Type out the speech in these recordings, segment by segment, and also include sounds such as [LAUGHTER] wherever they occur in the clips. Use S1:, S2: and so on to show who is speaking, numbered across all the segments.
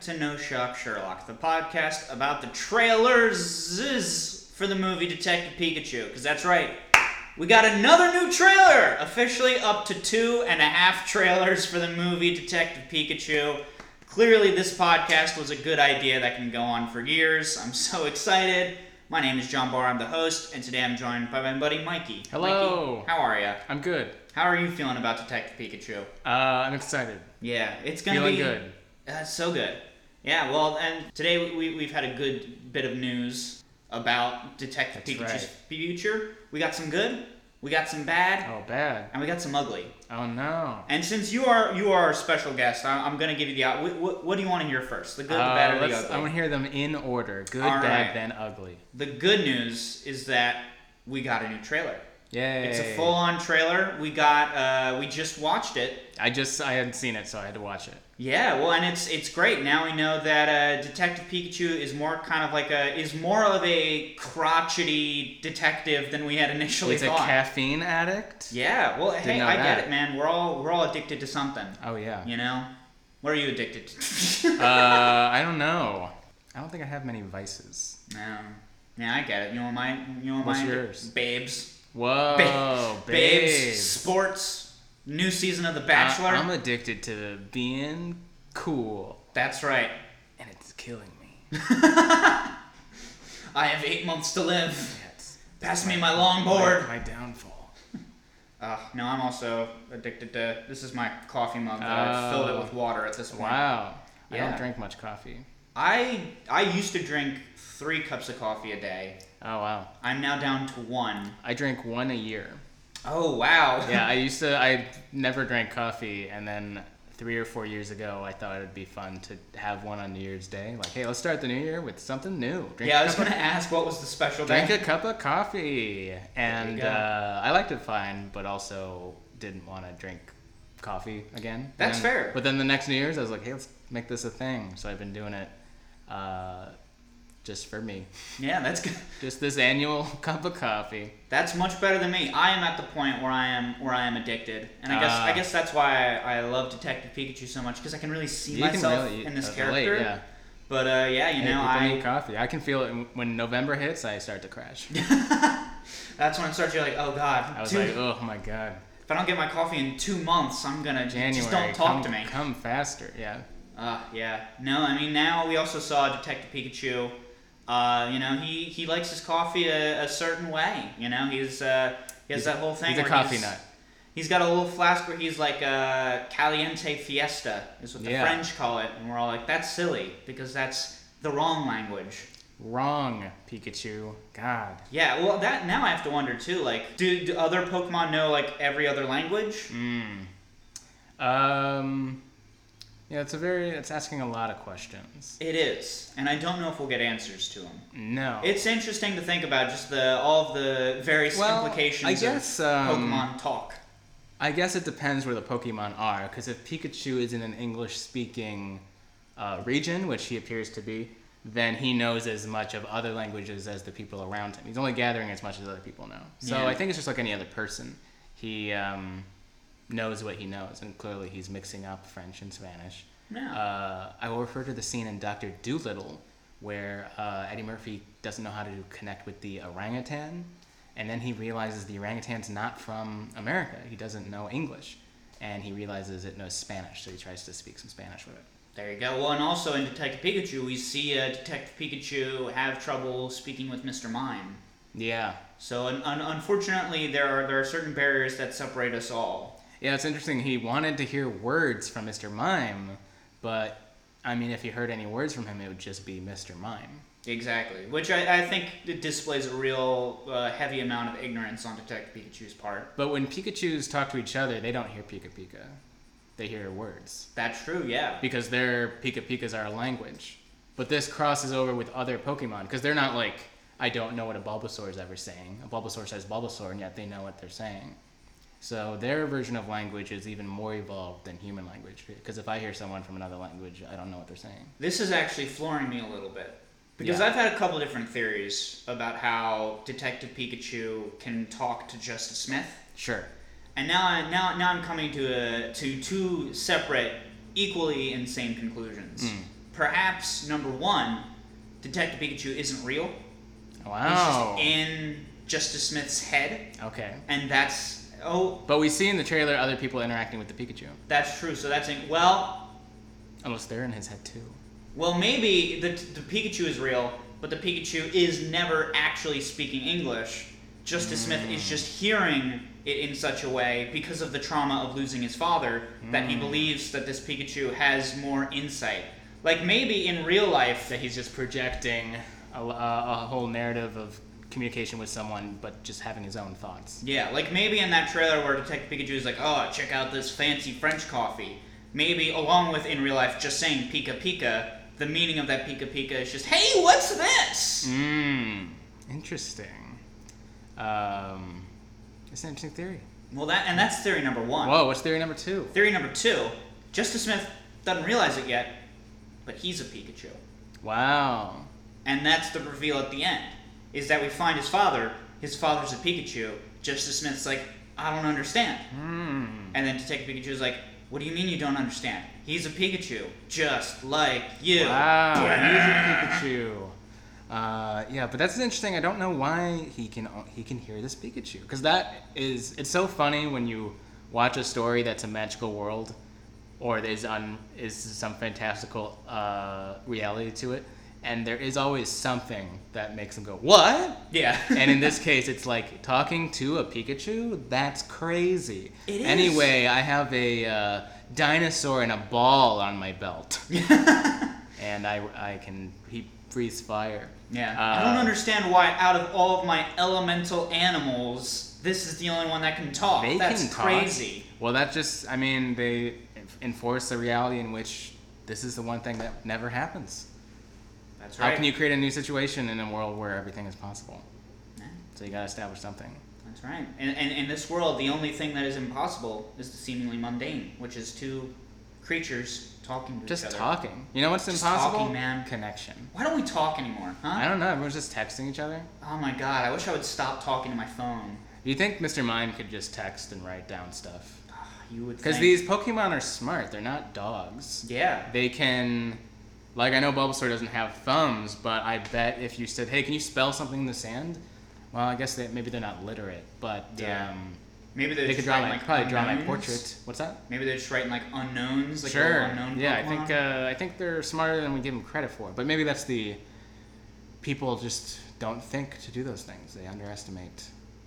S1: to No Shock Sherlock, the podcast about the trailers for the movie Detective Pikachu. Because that's right, we got another new trailer! Officially up to two and a half trailers for the movie Detective Pikachu. Clearly, this podcast was a good idea that can go on for years. I'm so excited. My name is John Barr, I'm the host, and today I'm joined by my buddy Mikey.
S2: Hello.
S1: Mikey, how are you?
S2: I'm good.
S1: How are you feeling about Detective Pikachu?
S2: Uh, I'm excited.
S1: Yeah, it's gonna
S2: Feeling
S1: be
S2: good.
S1: That's so good. Yeah, well, and today we- we, we've had a good bit of news about Detective
S2: That's
S1: Pikachu's
S2: right.
S1: future. We got some good, we got some bad,
S2: Oh, bad.
S1: and we got some ugly.
S2: Oh no.
S1: And since you are you are a special guest, I, I'm gonna give you the. op- What, what, what do you want to hear first? The good, the
S2: Uh,
S1: bad, or the
S2: let's- I
S1: ugly?
S2: want to hear them in order. Good,
S1: All
S2: bad,
S1: right.
S2: then ugly.
S1: The good news is that we got a new trailer.
S2: Yay.
S1: It's a full-on trailer. We got. Uh, we just watched it.
S2: I just I hadn't seen it, so I had to watch it.
S1: Yeah, well, and it's it's great. Now we know that uh, Detective Pikachu is more kind of like a is more of a crotchety detective than we had initially
S2: He's a
S1: thought.
S2: caffeine addict.
S1: yeah, well, hey,
S2: know
S1: I get
S2: that.
S1: it, man. We're all we're all addicted to something,
S2: Oh yeah.
S1: you know. What are you addicted to? [LAUGHS]
S2: uh, I don't know. I don't think I have many vices.
S1: no, yeah, I get it. You know what my you know what
S2: What's
S1: mine-
S2: yours?
S1: Babes,
S2: Whoa,
S1: Ba- babes,
S2: babes.
S1: sports, new season of The
S2: I-
S1: Bachelor.
S2: I'm addicted to being cool,
S1: That's right.
S2: and it's killing me.
S1: I have eight months to live. [LAUGHS]
S2: That's
S1: Pass me my longboard.
S2: my downfall.
S1: Uh, no, I'm also addicted to. This is my coffee mug that I've filled it
S2: Oh.
S1: with water at this point.
S2: Wow. I
S1: Yeah.
S2: don't drink much coffee.
S1: I I used to drink three cups of coffee a day.
S2: Oh wow.
S1: I'm now down to one.
S2: I drink one a year.
S1: Oh wow.
S2: Yeah, I used to I never drank coffee and then 3 or 4 years ago I thought it'd be fun to have one on New Year's Day. Like, hey, let's start the new year with something new. Drink
S1: [LAUGHS] yeah, I
S2: a
S1: was
S2: cup
S1: gonna
S2: of,
S1: ask what was the special
S2: drink
S1: day.
S2: a cup of coffee. And
S1: go.
S2: uh, I liked it fine, but also didn't want to drink coffee again.
S1: That's
S2: And-
S1: fair.
S2: But then the next New Year's I was like, hey, let's make this a thing. So I've been doing it uh, just for me.
S1: Yeah, that's good. [LAUGHS]
S2: Just this annual [LAUGHS] cup of coffee.
S1: That's much better than me. I am at the point where I am where I am addicted, and I guess I
S2: Ah.
S1: guess that's why I, I love Detective Pikachu so much because I can really see myself in this
S2: uh, relate,
S1: character.
S2: yeah.
S1: But uh, yeah, you
S2: Hey,
S1: know,
S2: people
S1: I
S2: need coffee. I can feel it when- when November hits. I start to
S1: [LAUGHS]
S2: crash.
S1: that's when it starts. You're like, oh god,
S2: I was
S1: dude,
S2: like, oh my god,
S1: If I don't get my coffee in two months, I'm gonna j-
S2: January.
S1: just don't talk
S2: come,
S1: to me.
S2: Come faster, yeah.
S1: Uh, yeah. No, I mean now we also saw Detective Pikachu. Uh, you know he, he likes his coffee a, a certain way. You know he's uh, he has
S2: He's-
S1: that whole thing.
S2: He's a
S1: where
S2: coffee
S1: he's-
S2: nut.
S1: He's got a little flask where he's like uh, caliente fiesta is what the
S2: Yeah.
S1: French call it, and we're all like that's silly because that's the wrong language.
S2: Wrong, Pikachu. God.
S1: Yeah. Well, that now I have to wonder too. Like, do, do other Pokemon know like every other language?
S2: Mm. Um. Yeah, it's a very. It's asking a lot of questions.
S1: It is, and I don't know if we'll get answers to them.
S2: No.
S1: It's interesting to think about just the all of the various
S2: well,
S1: implications
S2: I guess.
S1: of
S2: um,
S1: Pokemon talk.
S2: I guess it depends where the Pokemon are, because if Pikachu is in an English speaking uh, region, which he appears to be, then he knows as much of other languages as the people around him. He's only gathering as much as other people know. So
S1: Yeah.
S2: I think it's just like any other person. He um, knows what he knows, and clearly he's mixing up French and Spanish.
S1: Yeah.
S2: Uh, I will refer to the scene in Doctor Doolittle where uh, Eddie Murphy doesn't know how to connect with the orangutan, and then he realizes the orangutan's not from America. He doesn't know English, and he realizes it knows Spanish, so he tries to speak some Spanish with it.
S1: there you go. Well, and also in Detective Pikachu, we see uh, Detective Pikachu have trouble speaking with Mr. Mime.
S2: Yeah,
S1: So, un- un- unfortunately, there are there are certain barriers that separate us all.
S2: yeah, it's interesting. He wanted to hear words from Mr. Mime, but I mean, if he heard any words from him, it would just be Mr. Mime.
S1: Exactly, which I, I think it displays a real uh, heavy amount of ignorance on Detective Pikachu's part.
S2: But when Pikachu's talk to each other, they don't hear Pika Pika. They hear words.
S1: That's true, yeah.
S2: because their Pika Pikas are a language. But this crosses over with other Pokemon because they're not like I don't know what a Bulbasaur is ever saying. A Bulbasaur says Bulbasaur, and yet they know what they're saying. So their version of language is even more evolved than human language because if I hear someone from another language, I don't know what they're saying.
S1: This is actually flooring me a little bit because
S2: Yeah.
S1: I've had a couple different theories about how Detective Pikachu can talk to Justice Smith,
S2: Sure.
S1: and now I, now now I'm coming to a, to two separate, equally insane conclusions. perhaps number one, Detective Pikachu isn't real. He's
S2: Wow.
S1: just in Justice Smith's head,
S2: Okay.
S1: and that's oh,
S2: But we see in the trailer other people interacting with the Pikachu.
S1: that's true. So that's in, well,
S2: Unless they're in his head too.
S1: well maybe the the Pikachu is real, but the Pikachu is never actually speaking English. Justice Smith is just hearing it in such a way because of the trauma of losing his father that he believes that this Pikachu has more insight. Like maybe in real life
S2: That he's just projecting a, a, a whole narrative of communication with someone, but just having his own thoughts.
S1: Yeah, like maybe in that trailer where Detective Pikachu is like, oh, check out this fancy French coffee. Maybe along with in real life just saying Pika Pika, the meaning of that Pika Pika is just, hey, what's this?
S2: Mmm. Interesting. Um, it's an interesting theory.
S1: Well, that and that's theory number one.
S2: Whoa, what's theory number two?
S1: Theory number two Justice Smith doesn't realize it yet, but he's a Pikachu.
S2: Wow.
S1: And that's the reveal at the end, is that we find his father, his father's a Pikachu. Justice Smith's like, I don't understand.
S2: Mmm.
S1: And then Detective Pikachu's like, What do you mean you don't understand? He's a Pikachu, just like you.
S2: Wow, he's a Pikachu. Uh, yeah, but that's interesting. I don't know why he can he can hear this Pikachu because that is it's so funny when you watch a story that's a magical world or is on is some fantastical uh, reality to it, and there is always something that makes them go what.
S1: Yeah. [LAUGHS]
S2: And in this case, it's like talking to a Pikachu. That's crazy.
S1: It is.
S2: Anyway, I have a uh, dinosaur and a ball on
S1: [LAUGHS]
S2: my belt and I, I can he breathes fire.
S1: yeah.
S2: Uh,
S1: I don't understand why out of all of my elemental animals, this is the only one that can talk.
S2: They
S1: Oh, That's
S2: can talk.
S1: crazy.
S2: Well, that just I mean they enforce the reality in which this is the one thing that never happens.
S1: That's
S2: How
S1: right.
S2: can you create a new situation in a world where everything is possible?
S1: Yeah,
S2: So you gotta establish something.
S1: That's right. And, and in this world, the only thing that is impossible is the seemingly mundane, which is two creatures talking to
S2: Just
S1: each other.
S2: talking. You know what's
S1: Just
S2: impossible?
S1: talking, man.
S2: Connection.
S1: Why don't we talk anymore,
S2: I
S1: huh?
S2: don't know. Everyone's just texting each other.
S1: Oh my god, I wish I would stop talking to my phone.
S2: Do you think Mr. Mime could just text and write down stuff?
S1: Ah, You would
S2: Because
S1: think-
S2: these Pokemon are smart. They're not dogs.
S1: Yeah.
S2: they can like I know Bulbasaur doesn't have thumbs, but I bet if you said, "Hey, can you spell something in the sand?" Well, I guess they, maybe they're not literate, but
S1: Yeah.
S2: um,
S1: Maybe they're
S2: they could
S1: just
S2: draw my
S1: writing, like
S2: probably draw my
S1: unknowns.
S2: portrait. What's that?
S1: Maybe they're just writing like unknowns, like little
S2: sure.
S1: unknown
S2: yeah, I
S1: Pokemon.
S2: think uh, I think they're smarter than we give them credit for. But maybe that's the people just don't think to do those things. They underestimate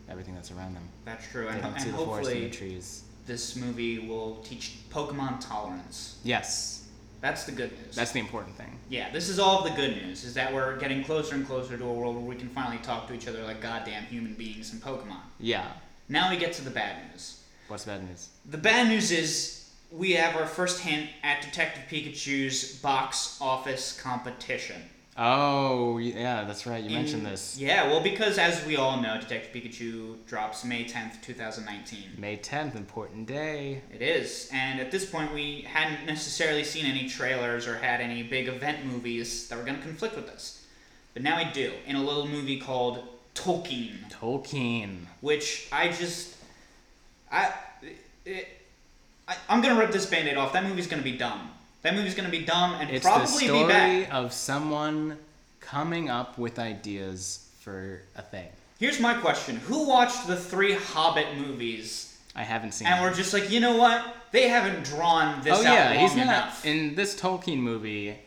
S2: everything that's around them.
S1: That's true,
S2: They
S1: and,
S2: don't
S1: and
S2: see the forest and the
S1: hopefully
S2: trees.
S1: this movie will teach Pokemon tolerance.
S2: Yes,
S1: That's the good news.
S2: that's the important thing.
S1: yeah, this is all of the good news, is that we're getting closer and closer to a world where we can finally talk to each other like goddamn human beings and Pokemon.
S2: Yeah.
S1: Now we get to the bad news.
S2: What's bad news?
S1: The bad news is we have our first hint at Detective Pikachu's box office competition.
S2: Oh, yeah, that's right. You
S1: In-
S2: mentioned this.
S1: Yeah, well, because as we all know, Detective Pikachu drops May 10th, 2019.
S2: May 10th, important day.
S1: It is, and at this point, we hadn't necessarily seen any trailers or had any big event movies that were going to conflict with this. But now I do, in a little movie called Tolkien,
S2: Tolkien.
S1: which I just. I. It, I I'm going to rip this band aid off. That movie's going to be dumb. That movie's going to be dumb and
S2: It's
S1: probably
S2: the
S1: be bad.
S2: story of someone coming up with ideas for a thing.
S1: Here's my question Who watched the three Hobbit movies
S2: I haven't seen
S1: and
S2: it.
S1: were just like, you know what? They haven't drawn this
S2: oh
S1: out
S2: yeah,
S1: long
S2: he's not
S1: enough.
S2: in this Tolkien movie.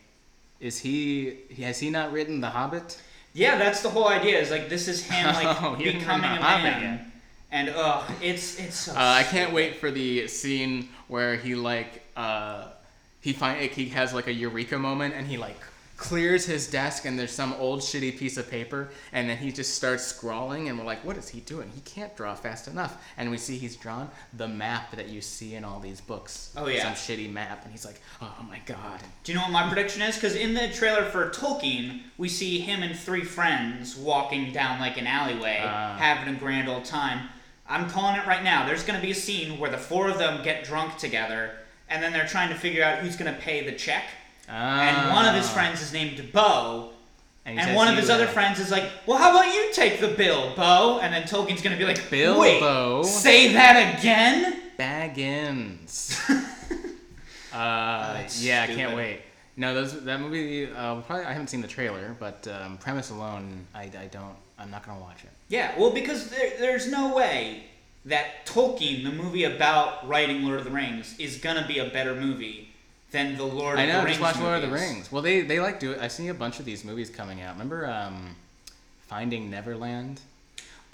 S2: Is he has he not written The Hobbit?
S1: Yeah, that's the whole idea. Is like this is him like
S2: [LAUGHS] Oh, he didn't
S1: becoming
S2: know
S1: a
S2: about that yet.
S1: man, and ugh, it's it's so.
S2: Uh, I can't wait for the scene where he like uh, he find like, he has like a eureka moment and he like clears his desk and there's some old shitty piece of paper and then he just starts scrawling and we're like what is he doing he can't draw fast enough and we see he's drawn the map that you see in all these books
S1: Oh, yeah.
S2: some shitty map and he's like oh my god
S1: Do you know what my prediction is? Because in the trailer for Tolkien, we see him and three friends walking down like an alleyway,
S2: Ah.
S1: having a grand old time. I'm calling it right now. There's gonna be a scene where the four of them get drunk together, and then they're trying to figure out who's gonna pay the check. And one of his
S2: Ah.
S1: friends is named Bo,
S2: and, he
S1: and
S2: says uh,
S1: one of
S2: he
S1: his other
S2: would-
S1: friends is like, "Well, how about you take the bill, Bo?" And then Tolkien's gonna be like,
S2: Bilbo.
S1: Wait, say that again."
S2: Baggins. uh,
S1: that's
S2: yeah, I can't
S1: stupid.
S2: wait. No, those that movie. Uh, probably I haven't seen the trailer, but um, premise alone, I, I don't. I'm not gonna watch it.
S1: Yeah, well, because there, there's no way that Tolkien, the movie about writing Lord of the Rings, is gonna be a better movie than the Lord
S2: I
S1: of
S2: know.
S1: the Rings.
S2: Just watch Lord of the
S1: movies.
S2: Rings. Well, they they like do it. I see a bunch of these movies coming out. Remember, um, Finding Neverland?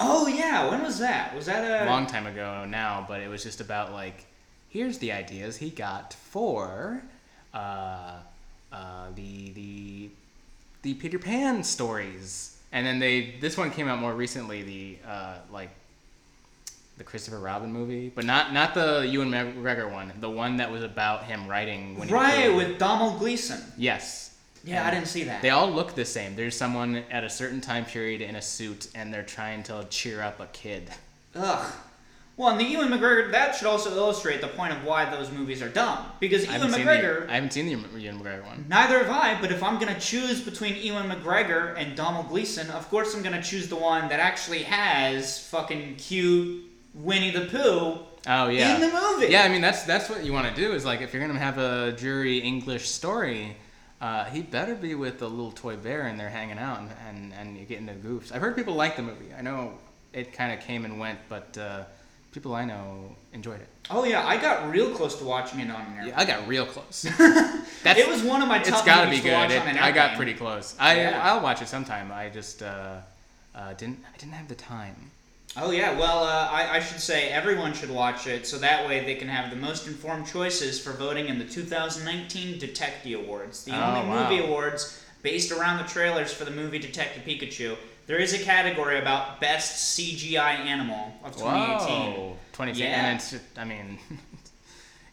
S1: Oh yeah, when was that? Was that uh, a
S2: long time ago now, but it was just about like, here's the ideas he got for uh, uh, the the the Peter Pan stories, and then they this one came out more recently, the uh, like the Christopher Robin movie, but not not the Ewan McGregor one, the one that was about him writing when he
S1: right
S2: grew-
S1: with Donald Gleason?
S2: yes.
S1: Yeah, I didn't see that.
S2: They all look the same. There's someone at a certain time period in a suit, and they're trying to cheer up a kid. [LAUGHS]
S1: Ugh. Well, and the Ewan McGregor that should also illustrate the point of why those movies are dumb. Because
S2: I
S1: Ewan
S2: haven't seen
S1: McGregor,
S2: the, I haven't seen the Ewan McGregor one.
S1: neither have I. But if I'm gonna choose between Ewan McGregor and Donald Gleason, of course I'm gonna choose the one that actually has fucking cute Winnie the Pooh
S2: Oh yeah.
S1: in the movie.
S2: Yeah, I mean that's that's what you want to do is like if you're gonna have a dreary English story, uh, he better be with the little toy bear and they're hanging out and and, and you get into goofs. I've heard people like the movie. I know it kind of came and went, but uh, people I know enjoyed it.
S1: Oh yeah, I got real close to watching it on there.
S2: Yeah, I got
S1: [LAUGHS]
S2: real close. That's
S1: It was one of my top.
S2: it's gotta be
S1: movies
S2: good.
S1: To watch
S2: It-
S1: on an
S2: I got
S1: airplane.
S2: pretty close. I
S1: Yeah.
S2: I'll watch it sometime. I just uh, uh, didn't I didn't have the time.
S1: Oh yeah, well, uh, I, I should say everyone should watch it, so that way they can have the most informed choices for voting in the 2019 Detective Awards, the
S2: Oh,
S1: only
S2: wow.
S1: movie awards based around the trailers for the movie Detective Pikachu. There is a category about best CGI animal of 2018.
S2: Whoa, 2018.
S1: Yeah.
S2: And it's just, I [LAUGHS] mean,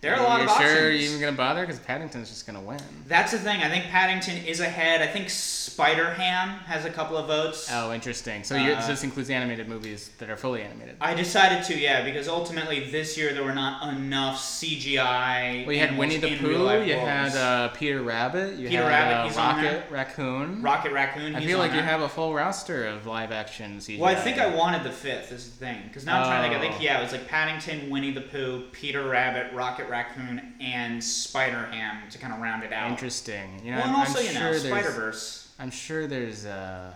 S1: There are a lot
S2: you
S1: of
S2: sure
S1: options.
S2: you're even gonna bother? Because Paddington's just gonna win.
S1: That's the thing. I think Paddington is ahead. I think Spider Ham has a couple of votes.
S2: Oh, interesting. So you're,
S1: Uh,
S2: this includes animated movies that are fully animated.
S1: I decided to, yeah, because ultimately this year there were not enough CGI.
S2: Well, you had
S1: animals
S2: Winnie the
S1: in real
S2: Pooh.
S1: life
S2: You
S1: roles.
S2: had uh, Peter Rabbit. You
S1: Peter
S2: had
S1: Rabbit,
S2: uh,
S1: he's on
S2: Rocket
S1: there.
S2: Raccoon.
S1: Rocket Raccoon.
S2: I
S1: he's
S2: feel
S1: on
S2: like you
S1: there.
S2: have a full roster of live action CGI.
S1: Well, I think I wanted the fifth. Is the thing because now I'm trying to think. I
S2: Oh.
S1: think yeah, it was like Paddington, Winnie the Pooh, Peter Rabbit, Rocket Raccoon, and Spider Ham to kind of round it out.
S2: Interesting. You know,
S1: Well, and
S2: I'm,
S1: also
S2: I'm
S1: you
S2: sure
S1: know Spider
S2: there's.
S1: Verse.
S2: I'm sure there's uh,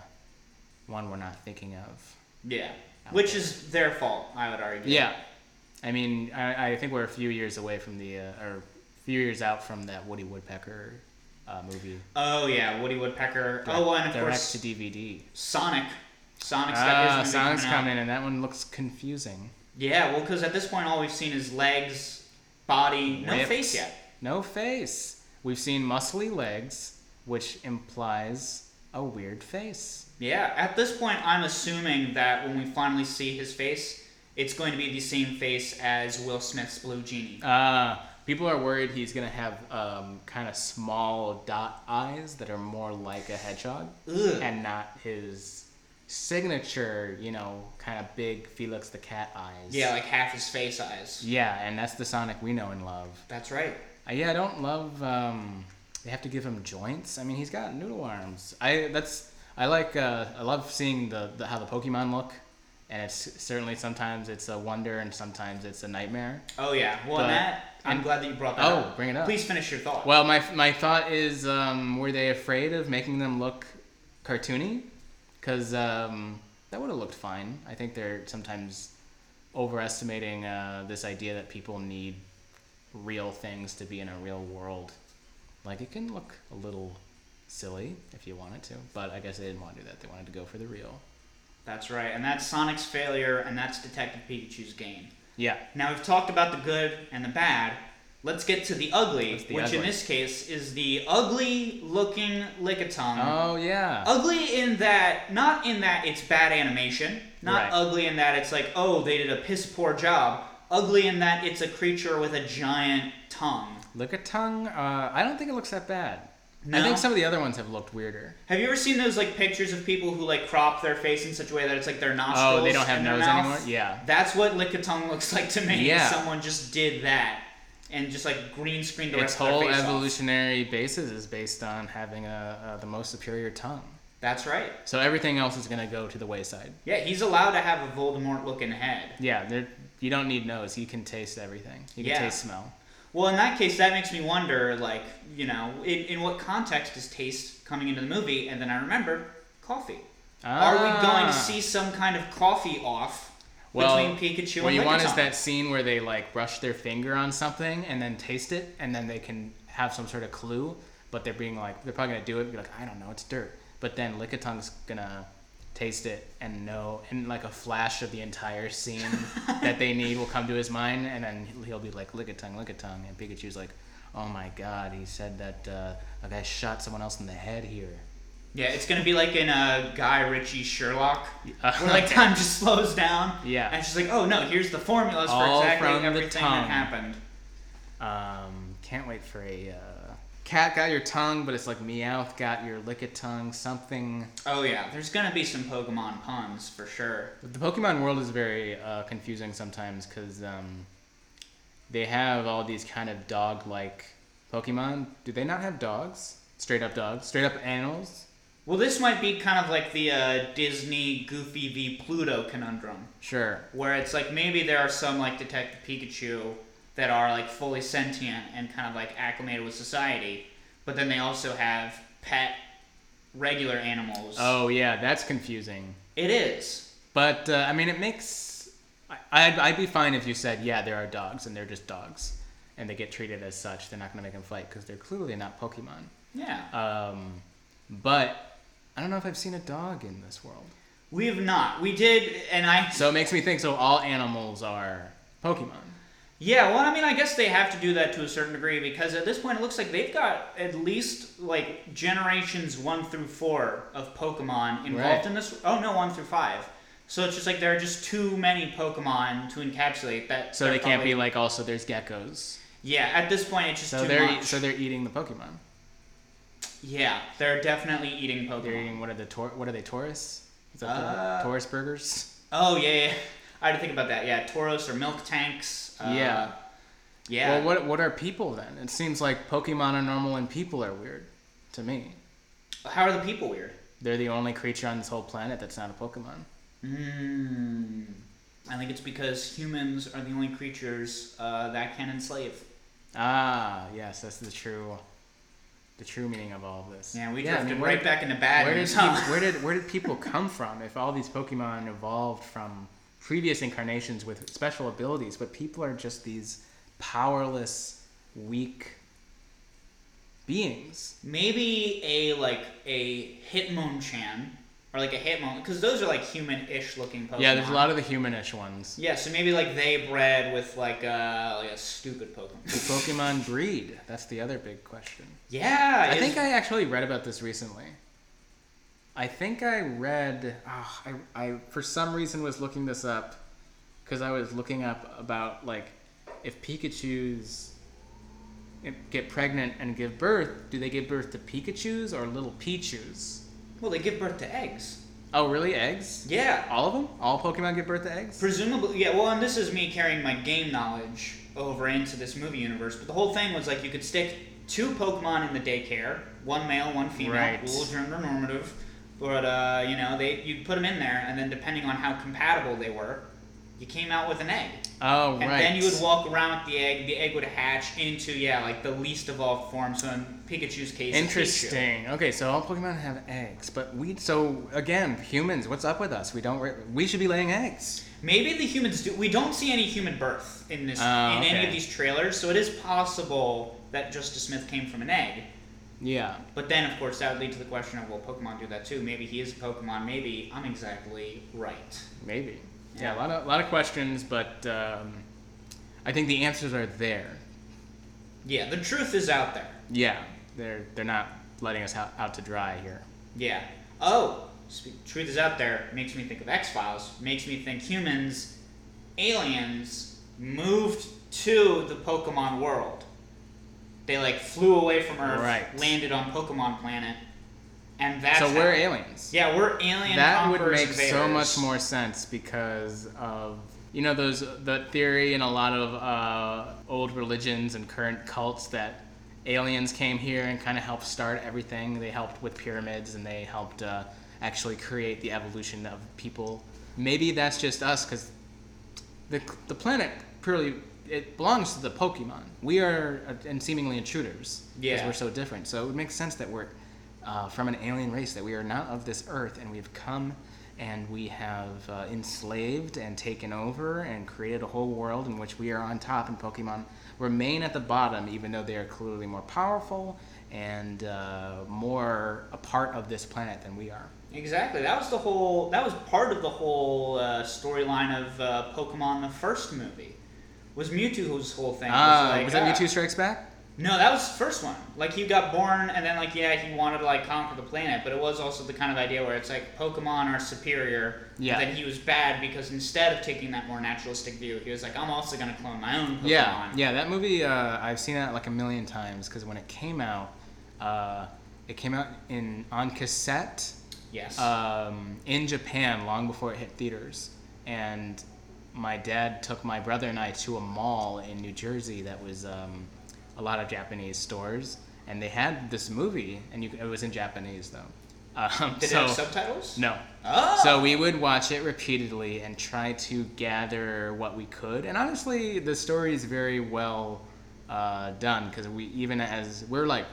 S2: one we're not thinking of.
S1: Yeah,
S2: Out
S1: which
S2: there.
S1: is their fault, I would argue.
S2: Yeah. I mean, I, I think we're a few years away from the, uh, or a few years out from that Woody Woodpecker uh, movie.
S1: Oh yeah, Woody Woodpecker. oh, well, and of
S2: direct
S1: course
S2: to DVD.
S1: Sonic. Sonic's
S2: Ah,
S1: got his movie
S2: Sonic's
S1: coming out.
S2: coming, and that one looks confusing.
S1: Yeah, well, because at this point all we've seen is legs, body, no
S2: Lips.
S1: face yet.
S2: No face. We've seen muscly legs, which implies a weird face.
S1: Yeah, at this point, I'm assuming that when we finally see his face, it's going to be the same face as Will Smith's Blue Genie.
S2: Uh, people are worried he's gonna have um, kind of small dot eyes that are more like a hedgehog,
S1: Ugh.
S2: and not his signature, you know, kind of big Felix the Cat eyes.
S1: Yeah, like half his face eyes.
S2: yeah, and that's the Sonic we know and love.
S1: That's right.
S2: Uh, yeah, I don't love. Um, they have to give him joints. I mean, he's got noodle arms. I that's I like. Uh, I love seeing the, the how the Pokemon look, and it's certainly sometimes it's a wonder and sometimes it's a nightmare.
S1: Oh yeah. Well,
S2: But-
S1: Matt, I'm
S2: and-
S1: glad that you brought that
S2: Oh,
S1: up.
S2: bring it up.
S1: Please finish your thought.
S2: Well, my my thought is, um, were they afraid of making them look cartoony? Because um, that would have looked fine. I think they're sometimes overestimating uh, this idea that people need real things to be in a real world. Like it can look a little silly if you want it to, but I guess they didn't want to do that. They wanted to go for the real.
S1: that's right. And that's Sonic's failure, and that's Detective Pikachu's gain.
S2: Yeah.
S1: Now we've talked about the good and the bad. Let's get to the ugly,
S2: What's the
S1: which in
S2: ugly?
S1: this case is the ugly-looking Lickitung.
S2: Oh yeah.
S1: ugly in that not in that it's bad animation not
S2: Right.
S1: ugly in that it's like oh they did a piss poor job ugly in that it's a creature with a giant tongue
S2: Lick a tongue. Uh, I don't think it looks that bad. I
S1: No?
S2: think some of the other ones have looked weirder.
S1: have you ever seen those like pictures of people who like crop their face in such a way that it's like their nostrils
S2: Oh, they don't have
S1: and their
S2: nose
S1: mouth?
S2: anymore. Yeah.
S1: that's what lick a tongue looks like to me
S2: Yeah.
S1: someone just did that and just like green screened the
S2: its
S1: rest of
S2: whole
S1: their face off.
S2: evolutionary basis is based on having a, a the most superior tongue.
S1: that's right
S2: So everything else is going to go to the wayside.
S1: yeah he's allowed to have a voldemort looking head
S2: Yeah, there, you don't need nose. You can taste everything. You can
S1: Yeah.
S2: taste smell.
S1: Well, in that case, that makes me wonder, like, you know, in, in what context is taste coming into the movie? And then I remembered coffee. Are we going to
S2: Ah.
S1: see some kind of coffee off
S2: Well,
S1: between Pikachu
S2: What
S1: and
S2: you want is
S1: Lickitung?
S2: that scene where they like brush their finger on something and then taste it, and then they can have some sort of clue. But they're being like, they're probably gonna do it. And be like, I don't know, it's dirt. But then Lickitung's gonna taste it and know, and like a flash of the entire scene
S1: [LAUGHS]
S2: that they need will come to his mind, and then he'll be like, Lickitung, Lickitung, and Pikachu's like, Oh my God, he said that uh, a guy shot someone else in the head here.
S1: Yeah, it's gonna be like in a Guy Ritchie Sherlock,
S2: Uh,
S1: where like
S2: [LAUGHS] okay.
S1: time just slows down.
S2: Yeah.
S1: and she's like, "Oh no, here's the formulas for
S2: All
S1: exactly
S2: from the
S1: everything that
S2: tongue.
S1: happened."
S2: Um, can't wait for a uh, cat got your tongue, but it's like meowth got your lick a tongue. Something.
S1: Oh yeah, there's gonna be some Pokemon puns for sure.
S2: The Pokemon world is very uh, confusing sometimes because um, they have all these kind of dog-like Pokemon. Do they not have dogs? Straight up dogs. Straight up animals.
S1: Well, this might be kind of like the uh, Disney Goofy v Pluto conundrum,
S2: Sure.
S1: where it's like maybe there are some like Detective Pikachu that are like fully sentient and kind of like acclimated with society, but then they also have pet regular animals.
S2: Oh yeah, that's confusing.
S1: It is.
S2: But uh, I mean, it makes. I- I'd, I'd be fine if you said, yeah, there are dogs and they're just dogs, and they get treated as such. They're not gonna make them fight because they're clearly not Pokemon.
S1: Yeah.
S2: Um, but I don't know if I've seen a dog in this world.
S1: We have not. We did, and I.
S2: So it makes me think. So all animals are Pokemon.
S1: Yeah, well, I mean, I guess they have to do that to a certain degree because at this point, it looks like they've got at least like generations one through four of Pokemon involved
S2: Right.
S1: in this. Oh no, one through five. So it's just like there are just too many Pokemon to encapsulate that.
S2: So
S1: they're
S2: they can't
S1: probably-
S2: be like also there's geckos.
S1: Yeah, at this point, it's just
S2: So
S1: too
S2: they're
S1: much.
S2: so they're eating the Pokemon.
S1: yeah, they're definitely eating Pokemon.
S2: They're eating what are the tor- what are they Taurus? Is that
S1: Uh,
S2: the Taurus burgers?
S1: Oh yeah, yeah. I had to think about that. Yeah, Tauros or milk tanks. Uh,
S2: Yeah.
S1: Yeah.
S2: Well, what what are people then? It seems like Pokemon are normal and people are weird, to me.
S1: How are the people weird?
S2: They're the only creature on this whole planet that's not a Pokemon.
S1: Mm. I think it's because humans are the only creatures uh, that can enslave.
S2: Ah, yes, that's the true, the true meaning of all of this.
S1: Yeah, we
S2: I
S1: drifted
S2: mean, where
S1: right
S2: did-
S1: back into bad
S2: where did,
S1: news.
S2: people,
S1: huh?
S2: where did where did people come from if all these Pokemon evolved from previous incarnations with special abilities, but people are just these powerless, weak beings?
S1: Maybe a like a Hitmonchan or like a Hitmon, because those are like human-ish looking Pokemon.
S2: Yeah, there's a lot of the humanish ones.
S1: Yeah, so maybe like they bred with like a like a stupid Pokemon.
S2: Do [LAUGHS] Pokemon breed? That's the other big question.
S1: Yeah,
S2: I
S1: is-
S2: think I actually read about this recently. I think I read. ah, I, I for some reason was looking this up because I was looking up about like if Pikachu's if- get pregnant and give birth, do they give birth to Pikachu's or little Pichus?
S1: well they give birth to eggs.
S2: Oh, really? Eggs?
S1: Yeah,
S2: All of them? All Pokemon give birth to eggs?
S1: presumably. Yeah, well, and this is me carrying my game knowledge over into this movie universe. But the whole thing was like you could stick two Pokemon in the daycare, one male, one female,
S2: Right.
S1: rules gender normative. But uh, you know, they you put them in there, and then depending on how compatible they were, you came out with an egg.
S2: Oh,
S1: And
S2: right.
S1: then you would walk around with the egg. The egg would hatch into yeah, like the least evolved form. So in Pikachu's case, it's Pichu.
S2: Interesting. Okay, so all Pokemon have eggs, but we so again humans. What's up with us? We don't. re- We should be laying eggs.
S1: Maybe the humans do. We don't see any human birth in this
S2: Oh,
S1: in any
S2: okay.
S1: of these trailers, so it is possible that Justice Smith came from an egg.
S2: Yeah.
S1: But then, of course, that would lead to the question of, well, Pokemon do that too. Maybe he is a Pokemon. Maybe I'm exactly right.
S2: Maybe. Yeah, a lot of lot of questions, but um, I think the answers are there.
S1: Yeah, the truth is out there.
S2: Yeah, they're they're not letting us out, out to dry here.
S1: Yeah. Oh, spe- truth is out there. Makes me think of X Files. Makes me think humans, aliens moved to the Pokemon world. They like flew away from Earth,
S2: Right.
S1: landed on Pokemon planet, and that's
S2: so
S1: how-
S2: we're aliens.
S1: Yeah, we're alien.
S2: that would
S1: conquerors,
S2: make so
S1: invaders.
S2: much more sense because of you know those the theory in a lot of uh, old religions and current cults that aliens came here and kind of helped start everything they helped with pyramids and they helped uh, actually create the evolution of people maybe that's just us because the, the planet purely it belongs to the Pokemon. We are uh, and seemingly intruders because
S1: Yeah.
S2: we're so different. So it would make sense that we're uh, from an alien race that we are not of this Earth and we've come and we have uh, enslaved and taken over and created a whole world in which we are on top and Pokemon remain at the bottom, even though they are clearly more powerful and uh, more a part of this planet than we are.
S1: Exactly. That was the whole. That was part of the whole uh, storyline of uh, Pokemon the first movie. Was Mewtwo's whole thing?
S2: Ah,
S1: was, like,
S2: was that
S1: ah.
S2: Mewtwo Strikes Back?
S1: No, that was the first one. Like he got born, and then like yeah, he wanted to like conquer the planet, but it was also the kind of idea where it's like Pokemon are superior. but
S2: Yeah.
S1: Then he was bad because instead of taking that more naturalistic view, he was like, I'm also gonna clone my own Pokemon.
S2: Yeah, yeah, that movie uh, I've seen that like a million times because when it came out, uh, it came out in on cassette
S1: Yes.
S2: um, in Japan long before it hit theaters, and my dad took my brother and I to a mall in New Jersey that was um, a lot of Japanese stores, and they had this movie, and you, c- it was in Japanese though. [LAUGHS] Um,
S1: Did
S2: so
S1: it have subtitles?
S2: no,
S1: Oh.
S2: so we would watch it repeatedly and try to gather what we could. And honestly, the story is very well uh, done because we even as we're like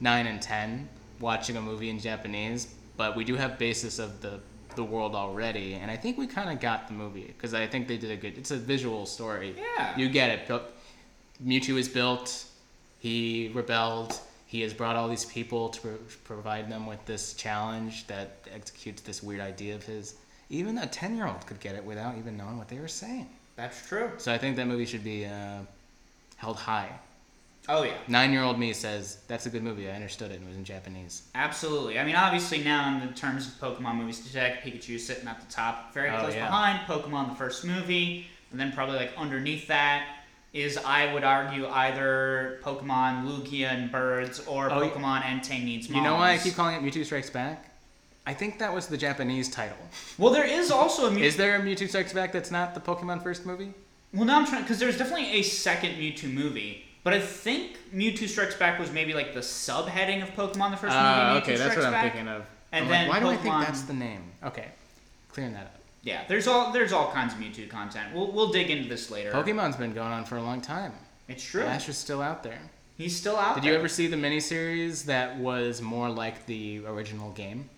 S2: nine and ten watching a movie in Japanese, but we do have basis of the the world already, and I think we kind of got the movie because I think they did a good. It's a visual story.
S1: Yeah.
S2: you get it. But Mewtwo is built. He rebelled. He has brought all these people to pro- provide them with this challenge that executes this weird idea of his. Even a 10 year old could get it without even knowing what they were saying.
S1: That's true.
S2: So I think that movie should be uh, held high.
S1: Oh yeah.
S2: Nine year old me says, That's a good movie. I understood it and it was in Japanese.
S1: Absolutely. I mean, obviously now in the terms of Pokemon movies, Detective Pikachu is sitting at the top, very
S2: Oh,
S1: close
S2: yeah.
S1: behind Pokemon the first movie, and then probably like underneath that is I would argue either Pokemon Lugia and Birds or
S2: Oh, y-
S1: Pokemon Entei Needs Moms.
S2: You know why I keep calling it Mewtwo Strikes Back? I think that was the Japanese title.
S1: Well, there is also a Mewtwo.
S2: Is there a Mewtwo Strikes Back that's not the Pokemon first movie?
S1: well, now I'm trying because there's definitely a second Mewtwo movie. But I think Mewtwo Strikes Back was maybe like the subheading of Pokemon the first
S2: Ah,
S1: movie. Mewtwo
S2: okay, that's
S1: Strikes
S2: what I'm
S1: Back.
S2: thinking of.
S1: And
S2: I'm
S1: then
S2: like, why do I
S1: Pokemon-
S2: think that's the name? Okay, clearing that up.
S1: Yeah, there's all there's all kinds of Mewtwo content. We'll we'll dig into this later.
S2: Pokemon's been going on for a long time.
S1: It's true.
S2: Ash is still out there.
S1: He's still out.
S2: Did
S1: there.
S2: you ever see the miniseries that was more like the original game?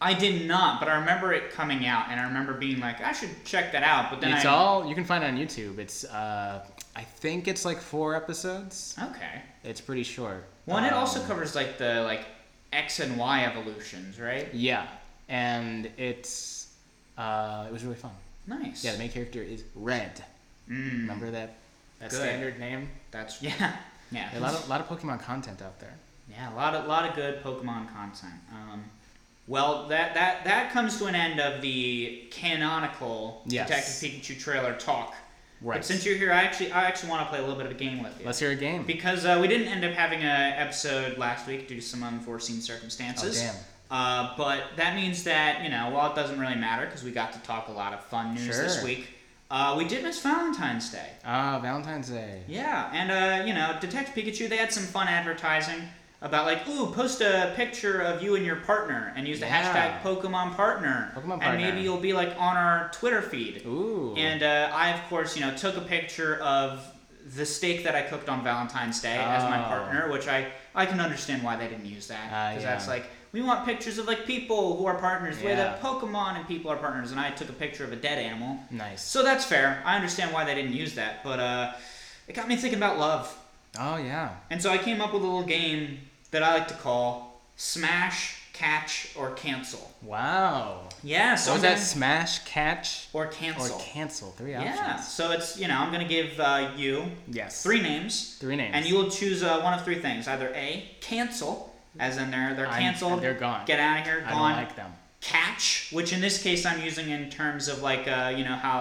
S1: I did not, but I remember it coming out, and I remember being like, I should check that out. But then
S2: it's
S1: I
S2: all you can find it on YouTube. It's uh, I think it's like four episodes.
S1: okay.
S2: It's pretty short.
S1: Well, and it also
S2: Um,
S1: covers like the like X and Y evolutions, right?
S2: yeah, and it's uh, it was really fun.
S1: Nice.
S2: Yeah, the main character is Red.
S1: Mm,
S2: Remember that that
S1: Good.
S2: standard name?
S1: that's [LAUGHS] yeah, yeah.
S2: A lot of lot of Pokemon content out there.
S1: Yeah, a lot of lot of good Pokemon content. Um, well, that that that comes to an end of the canonical
S2: Yes.
S1: Detective Pikachu trailer talk.
S2: Right.
S1: But since you're here, I actually I actually want to play a little bit of a game with you.
S2: Let's hear a game.
S1: because uh, we didn't end up having a episode last week due to some unforeseen circumstances.
S2: Oh, damn.
S1: Uh, but that means that you know, while it doesn't really matter because we got to talk a lot of fun news this
S2: Sure.
S1: week, uh, we did miss Valentine's Day.
S2: Ah, Valentine's Day.
S1: Yeah, and uh, you know, Detect Pikachu, they had some fun advertising about like, ooh, post a picture of you and your partner and use the
S2: Yeah.
S1: hashtag Pokemon Partner,
S2: Pokemon
S1: and
S2: Partner.
S1: maybe you'll be like on our Twitter feed.
S2: Ooh.
S1: And uh, I, of course, you know, took a picture of the steak that I cooked on Valentine's Day as my
S2: Oh.
S1: partner, which I, I can understand why they didn't use that
S2: Ah,
S1: because
S2: yeah.
S1: that's like we want pictures of like people who are partners, the way that
S2: Yeah.
S1: Pokemon and people are partners, and I took a picture of a dead animal,
S2: nice.
S1: so that's fair. I understand why they didn't use that, but uh, it got me thinking about love,
S2: Oh yeah.
S1: and so I came up with a little game that I like to call Smash, Catch, or Cancel.
S2: Wow.
S1: Yeah, so
S2: So
S1: I'm
S2: was that
S1: gonna-
S2: smash, catch,
S1: or
S2: or
S1: cancel.
S2: cancel? Three
S1: yeah,
S2: options.
S1: so it's you know I'm gonna give uh, you
S2: Yes.
S1: three names,
S2: Three names.
S1: and you will choose uh, one of three things: either A, cancel, as in they're they're
S2: I'm-
S1: canceled,
S2: they're gone.
S1: get out of here,
S2: I
S1: gone.
S2: don't like them.
S1: Catch, which in this case I'm using in terms of like uh, you know how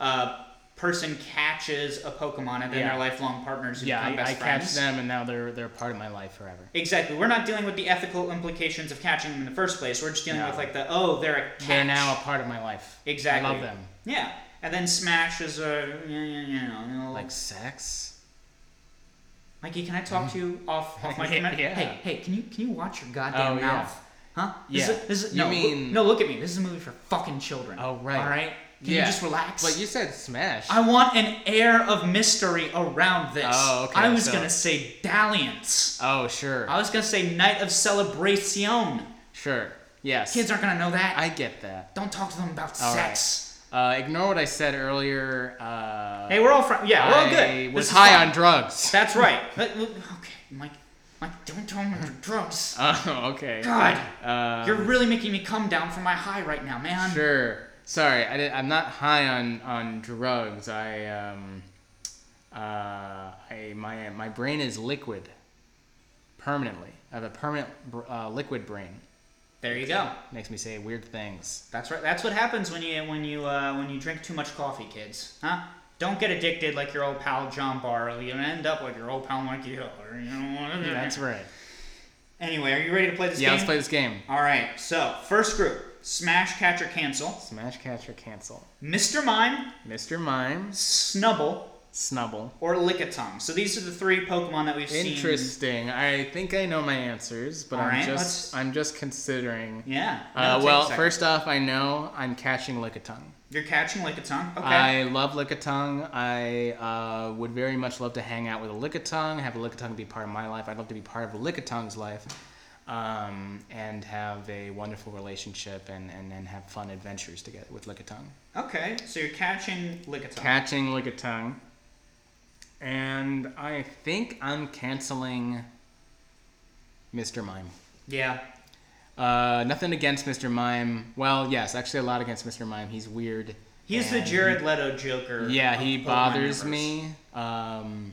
S1: a, a person catches a Pokemon and then
S2: Yeah.
S1: their lifelong partners who
S2: Yeah,
S1: become best
S2: I, I
S1: friends.
S2: catch them, and now they're they're part of my life forever.
S1: Exactly. We're not dealing with the ethical implications of catching them in the first place. We're just dealing
S2: No.
S1: with like the oh they're a catch.
S2: They're now a part of my life.
S1: exactly
S2: I love them.
S1: Yeah, and then Smash is a you know, you know
S2: Like sex.
S1: Mikey, can I talk to you off, off my
S2: Mm-hmm. [LAUGHS] Yeah.
S1: Hey, hey, can you can you watch your goddamn
S2: Oh, yeah.
S1: mouth? Huh? This
S2: Yeah.
S1: Is, this is,
S2: You
S1: no,
S2: mean-
S1: no, look at me. This is a movie for fucking children.
S2: Oh, right.
S1: All right. Can you
S2: Yeah.
S1: just relax?
S2: But you said Smash.
S1: I want an air of mystery around this.
S2: Oh, okay,
S1: I was
S2: so-
S1: gonna say dalliance.
S2: oh, sure.
S1: I was gonna say night of celebration.
S2: sure. Yes.
S1: Kids aren't gonna know that.
S2: I get that.
S1: Don't talk to them about
S2: All right.
S1: sex.
S2: Uh, ignore what I said earlier. Uh,
S1: Hey, we're all friends. Yeah, we're all
S2: I
S1: good.
S2: was
S1: This is
S2: high
S1: fine.
S2: on drugs.
S1: That's right. But- okay, Mike. Mike, don't tell me about drugs.
S2: [LAUGHS] Oh, okay.
S1: God.
S2: Uh,
S1: You're really making me come down from my high right now, man.
S2: Sure. Sorry, I did, I'm not high on, on drugs. I um, uh, I my my brain is liquid, permanently. I have a permanent br- uh, liquid brain.
S1: There you go.
S2: Makes me say weird things.
S1: That's right. That's what happens when you when you uh, when you drink too much coffee, kids. Huh? Don't get addicted like your old pal John Barley. You end up like your old pal Mikey Hiller. You know what I mean?
S2: That's right.
S1: Anyway, are you ready to play this
S2: Yeah,
S1: game?
S2: let's play this game.
S1: All right. So first group: Smash, Catch, or Cancel.
S2: Smash, catch, or cancel.
S1: Mr. Mime,
S2: Mr. Mimes,
S1: Snubble,
S2: Snubble.
S1: or Lickitung. So these are the three Pokemon that we've seen.
S2: Interesting. I think I know my answers, but
S1: All
S2: I'm
S1: right, let's-
S2: just I'm just considering.
S1: Yeah. No,
S2: Uh,
S1: take a
S2: well,
S1: second.
S2: first off, I know I'm catching Lickitung.
S1: you're catching Lickitung. Okay.
S2: I love Lickitung. I uh, would very much love to hang out with a Lickitung, have a Lickitung be part of my life. I'd love to be part of a Lickitung's life, um, and have a wonderful relationship and, and, and have fun adventures together with Lickitung.
S1: okay. So you're catching Lickitung.
S2: Catching Lickitung. And I think I'm canceling Mr. Mime.
S1: yeah.
S2: Uh, nothing against Mr. Mime. Well, yes, actually a lot against Mr. Mime. He's weird.
S1: He's the
S2: and-
S1: Jared Leto Joker.
S2: Yeah,
S1: of
S2: he
S1: Pokemon
S2: bothers
S1: universe.
S2: me. Um,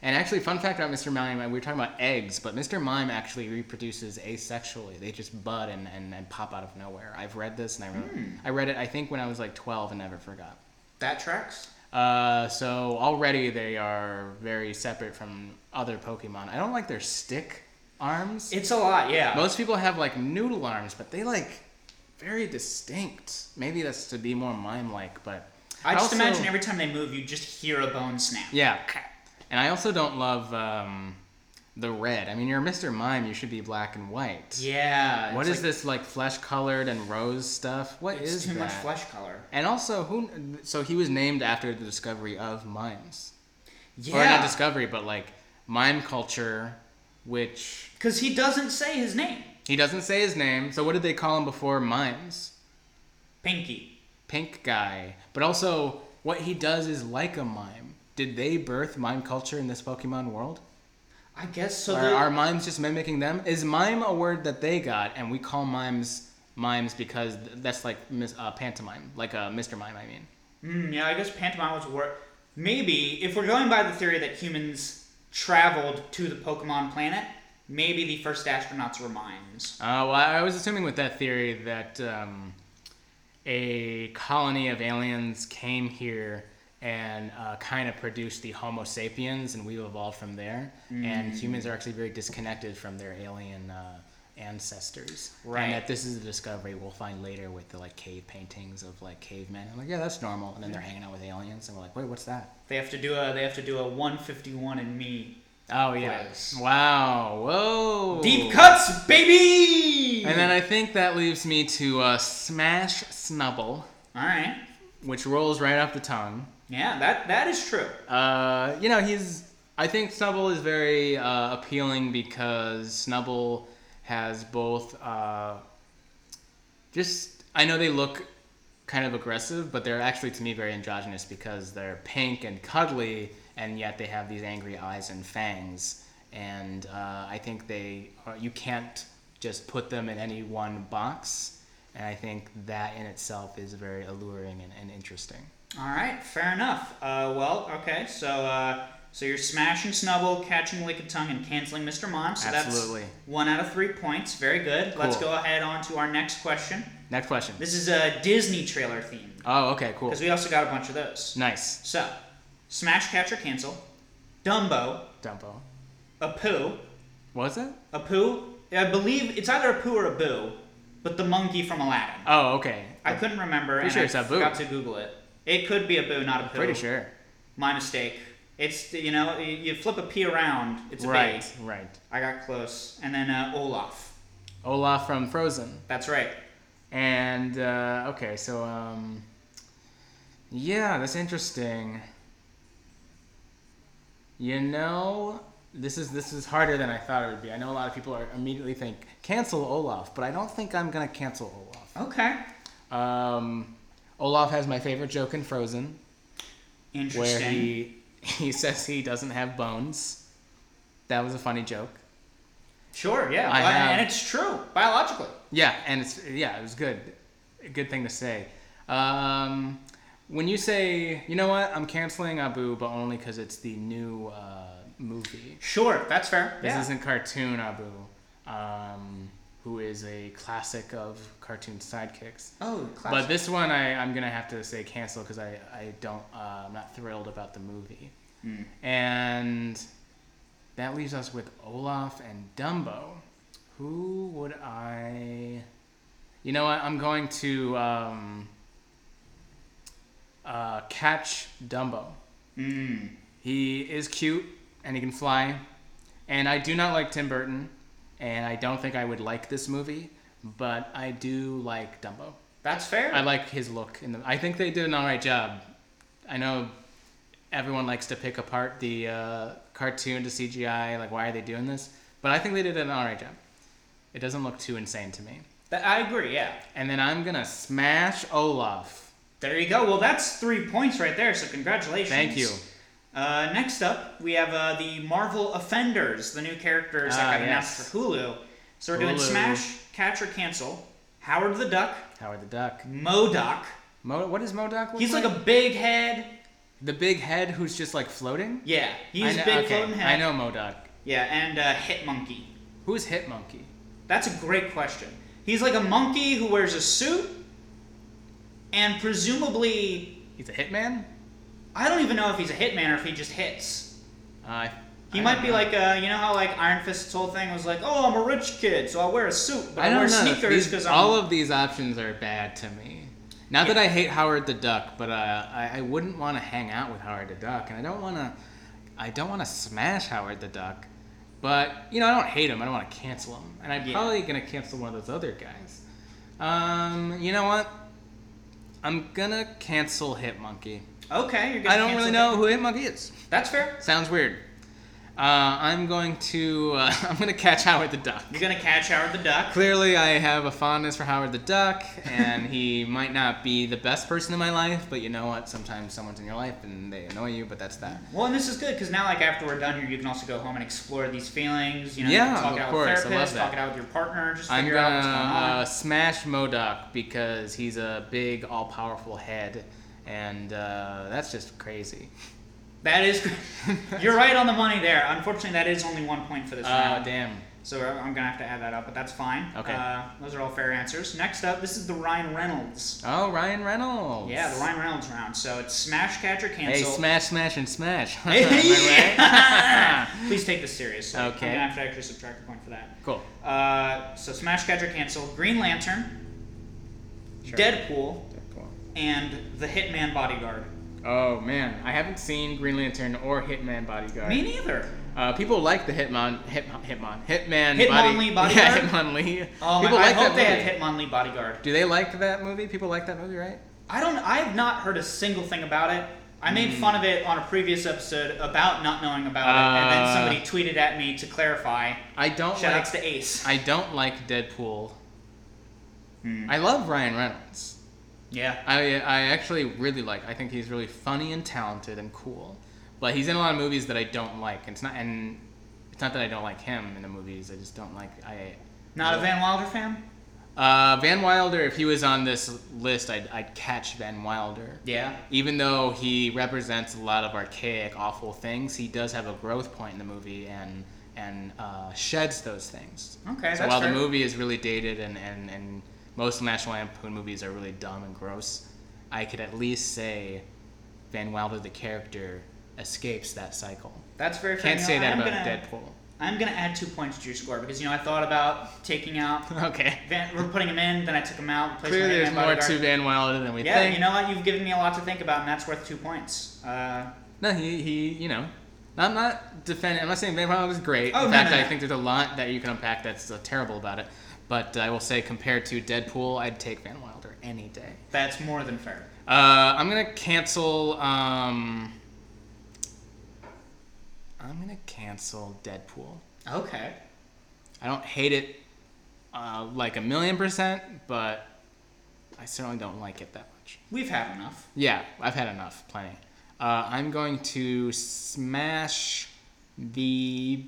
S2: and actually, fun fact about Mr. Mime, we were talking about eggs, but Mr. Mime actually reproduces asexually. They just bud and, and, and pop out of nowhere. I've read this, and I wrote,
S1: Hmm.
S2: I read it, I think, when I was like 12 and never forgot.
S1: That tracks.
S2: Uh, so already they are very separate from other Pokemon. I don't like their stick arms.
S1: It's a lot, yeah.
S2: Most people have like noodle arms, but they like very distinct. Maybe that's to be more mime-like, but
S1: I just
S2: also-
S1: imagine every time they move, you just hear a bone snap.
S2: Yeah. And I also don't love um, the red. I mean, you're Mr. Mime. You should be black and white.
S1: Yeah. it's
S2: what is
S1: like-
S2: this like flesh colored and rose stuff? What
S1: It's
S2: is
S1: too
S2: that?
S1: much flesh color.
S2: And also, who? So he was named after the discovery of mimes, or not
S1: Yeah.
S2: discovery, but like mime culture, which
S1: Because he doesn't say his name.
S2: he doesn't say his name. So what did they call him before mimes?
S1: Pinky.
S2: Pink guy. But also, what he does is like a mime. Did they birth mime culture in this Pokemon world?
S1: I guess so.
S2: Are,
S1: the-
S2: are mimes just mimicking them? Is mime a word that they got, and we call mimes mimes because th- that's like mis- uh, pantomime, like uh, Mr. Mime, I mean.
S1: Mm, yeah, I guess pantomime was work. Maybe if we're going by the theory that humans traveled to the Pokemon planet, maybe the first astronauts were mimes.
S2: Uh, well, I was assuming with that theory that um, a colony of aliens came here and uh, kind of produced the Homo sapiens, and we've evolved from there. And humans are actually very disconnected from their alien uh, ancestors.
S1: Right.
S2: And that this is a discovery we'll find later with the like cave paintings of like cavemen. I'm like, yeah, that's normal. And then they're hanging out with aliens, and we're like, wait, what's that?
S1: They have to do a they have to do a 151 in me.
S2: Oh yeah.
S1: Quiz.
S2: Wow. Whoa.
S1: Deep cuts, baby.
S2: And then I think that leaves me to uh, smash snubble.
S1: all right,
S2: which rolls right off the tongue.
S1: yeah, that that is true.
S2: Uh, you know, he's. I think Snubble is very uh, appealing because Snubble has both. Uh, just I know they look kind of aggressive, but they're actually to me very androgynous because they're pink and cuddly, and yet they have these angry eyes and fangs. And uh, I think they are, you can't just put them in any one box. And I think that in itself is very alluring and, and interesting.
S1: All right, fair enough. Uh, well, okay, so uh, so you're smashing Snubble, catching Lickitung, and canceling Mr. Mom. So
S2: Absolutely.
S1: that's one out of three points. Very good. Let's
S2: Cool.
S1: go ahead on to our next question.
S2: Next question.
S1: This is a Disney trailer theme
S2: Oh, okay, cool.
S1: because we also got a bunch of those.
S2: Nice,
S1: So, Smash Catcher Cancel, Dumbo,
S2: Dumbo.
S1: Apu,
S2: Was it?
S1: Apu. I believe it's either Apu or Abu, but the monkey from Aladdin.
S2: Oh, okay.
S1: I couldn't remember.
S2: Pretty
S1: and
S2: sure
S1: I
S2: it's Abu.
S1: Forgot to Google it. It could be Abu, not Apu.
S2: Pretty sure.
S1: My mistake. It's you know you you flip a P around. It's a
S2: right,
S1: B.
S2: right.
S1: I got close, and then uh, Olaf.
S2: Olaf from Frozen.
S1: That's right.
S2: And uh, okay, so um, Yeah, that's interesting. You know, this is this is harder than I thought it would be. I know a lot of people are immediately think cancel Olaf, but I don't think I'm gonna cancel Olaf.
S1: Okay.
S2: Um, Olaf has my favorite joke in Frozen, where
S1: Interesting.
S2: he he [LAUGHS] says he doesn't have bones. That was a funny joke.
S1: Sure, yeah.
S2: I
S1: Well,
S2: have-
S1: And it's true, biologically.
S2: Yeah, and it's yeah, it was good. A good thing to say. Um, when you say, you know what, I'm canceling Abu, but only because it's the new uh, movie.
S1: Sure, that's fair.
S2: This
S1: yeah.
S2: isn't cartoon Abu, um, who is a classic of cartoon sidekicks.
S1: oh, classic.
S2: But this one, I, I'm gonna have to say cancel because I, I don't uh, I'm not thrilled about the movie, and that leaves us with Olaf and Dumbo. Who would I? You know what? I'm going to um, uh, catch Dumbo.
S1: Mm.
S2: He is cute and he can fly. And I do not like Tim Burton, and I don't think I would like this movie, but I do like Dumbo.
S1: That's fair.
S2: I like his look. In the, I think they did an all right job. I know everyone likes to pick apart the uh, cartoon to CGI, like why are they doing this? But I think they did an all right job. It doesn't look too insane to me.
S1: Th- I agree, yeah.
S2: And then I'm gonna smash Olaf.
S1: There you go. Well, that's three points right there, so congratulations.
S2: Thank you.
S1: Uh, next up, we have uh, the Marvel Offenders, the new characters
S2: Ah,
S1: that got
S2: yes.
S1: announced for Hulu. So we're doing
S2: Hulu.
S1: Smash, Catch or Cancel, Howard the Duck,
S2: Howard the Duck.
S1: Modoc.
S2: Mo- what is Modoc? look
S1: He's like a big head.
S2: the big head who's just like floating.
S1: Yeah,
S2: I
S1: he's
S2: kn-
S1: big
S2: okay,
S1: floating head.
S2: I know Modoc.
S1: Yeah, and uh, Hit Monkey.
S2: Who's Hit Monkey?
S1: That's a great question. He's like a monkey who wears a suit, and presumably,
S2: He's a hitman.
S1: I don't even know if he's a hitman or if he just hits.
S2: Uh,
S1: He might be like, uh, you know how like Iron Fist's whole thing was like, oh, I'm a rich kid, so I'll wear a suit, but
S2: I
S1: I,
S2: don't
S1: wear
S2: know.
S1: sneakers
S2: These-
S1: because I'm.
S2: all of these options are bad to me. Not that
S1: Yeah.
S2: I hate Howard the Duck, but uh, I, I wouldn't want to hang out with Howard the Duck, and I don't want to. I don't want to smash Howard the Duck, but you know I don't hate him. I don't want to cancel him, and I'm
S1: Yeah.
S2: probably gonna cancel one of those other guys. Um, you know what? I'm gonna cancel Hit Monkey.
S1: okay, you're gonna
S2: I don't really
S1: cancel
S2: know
S1: that.
S2: who Hit Monkey is.
S1: That's fair.
S2: Sounds weird. Uh, I'm going to. Uh, [LAUGHS] I'm gonna catch Howard the Duck.
S1: You're gonna catch Howard the Duck.
S2: Clearly, I have a fondness for Howard the Duck, and he might not be the best person in my life, but you know what? Sometimes someone's in your life and they annoy you, but that's that.
S1: Well, and this is good because now, like after we're done here, you can also go home and explore these feelings. You know, you
S2: Yeah,
S1: can talk
S2: of
S1: it out
S2: course, I
S1: with
S2: love
S1: therapists,
S2: that.
S1: talk it out with your partner, just
S2: I'm
S1: figure out
S2: gonna
S1: what's going on.
S2: uh, smash Modoc because he's a big, all powerful head, and uh, that's just crazy.
S1: That is,
S2: [LAUGHS]
S1: you're right on the money there. Unfortunately, that is only one point for this
S2: Uh,
S1: round,
S2: damn.
S1: so I- I'm gonna have to add that up, but that's fine.
S2: Okay.
S1: Uh, those are all fair answers. Next up, this is the Ryan Reynolds.
S2: Oh, Ryan Reynolds.
S1: Yeah, the Ryan Reynolds round. So it's smash, catch, or
S2: Hey,
S1: cancel. [LAUGHS]
S2: smash, smash, and smash. [LAUGHS] Am
S1: Yeah. [LAUGHS]
S2: I right?
S1: Please take this seriously.
S2: Okay.
S1: I'm gonna have to actually subtract a point for that.
S2: cool.
S1: Uh, so smash, catch, or cancel. Green Lantern,
S2: Sure.
S1: Deadpool,
S2: Cool.
S1: and the Hitman Bodyguard.
S2: Oh man, I haven't seen Green Lantern or Hitman Bodyguard.
S1: Me neither.
S2: Uh, people like the Hitman, Hitman, Hitman, Hitman,
S1: Hitmonlee
S2: Body- Yeah,
S1: Bodyguard?
S2: Hitmonlee.
S1: Oh,
S2: people
S1: my,
S2: like
S1: I hope
S2: that
S1: they
S2: movie.
S1: have Hitmonlee Bodyguard.
S2: Do they like that movie? People like that movie, right?
S1: I don't. I have not heard a single thing about it. I made
S2: Hmm.
S1: fun of it on a previous episode about not knowing about it, and
S2: Uh,
S1: then somebody tweeted at me to clarify.
S2: I don't
S1: Shout
S2: like.
S1: outs to Ace.
S2: I don't like Deadpool.
S1: Hmm.
S2: I love Ryan Reynolds.
S1: yeah.
S2: I I actually really like. I think he's really funny and talented and cool. But he's in a lot of movies that I don't like. And it's not and it's not that I don't like him in the movies. I just don't like. I
S1: Not a Van Wilder fan.
S2: uh, Van Wilder. If he was on this list, I'd I'd catch Van Wilder.
S1: Yeah.
S2: even though he represents a lot of archaic, awful things, he does have a growth point in the movie and and uh, sheds those things.
S1: Okay,
S2: So
S1: that's
S2: while
S1: fair.
S2: the movie is really dated and, and, and most National Lampoon movies are really dumb and gross, I could at least say Van Wilder, the character, escapes that cycle.
S1: That's very. fair.
S2: Can't
S1: You know,
S2: say that
S1: I'm
S2: about
S1: gonna, I'm gonna add two points to your score because you know I thought about taking out.
S2: Deadpool. [LAUGHS] Okay.
S1: Van, we're putting him in, then I took him out. Placed
S2: Clearly, there's
S1: Hitman
S2: more
S1: Bodyguard.
S2: to Van Wilder than we
S1: Yeah,
S2: think.
S1: you know what? You've given me a lot to think about, and that's worth two points. Uh,
S2: No, he, he you know. I'm not defending. I'm not saying Vampire Island is great.
S1: Oh,
S2: in
S1: no,
S2: fact,
S1: no,
S2: I
S1: no.
S2: think there's a lot that you can unpack that's uh, terrible about it. But I will say, compared to Deadpool, I'd take Van Wilder any day.
S1: That's more than fair.
S2: Uh, I'm gonna cancel. Um, I'm gonna cancel Deadpool.
S1: Okay.
S2: I don't hate it uh, like a million percent, but I certainly don't like it that much.
S1: We've had enough.
S2: Yeah, I've had enough, plenty. Uh, I'm going to smash the.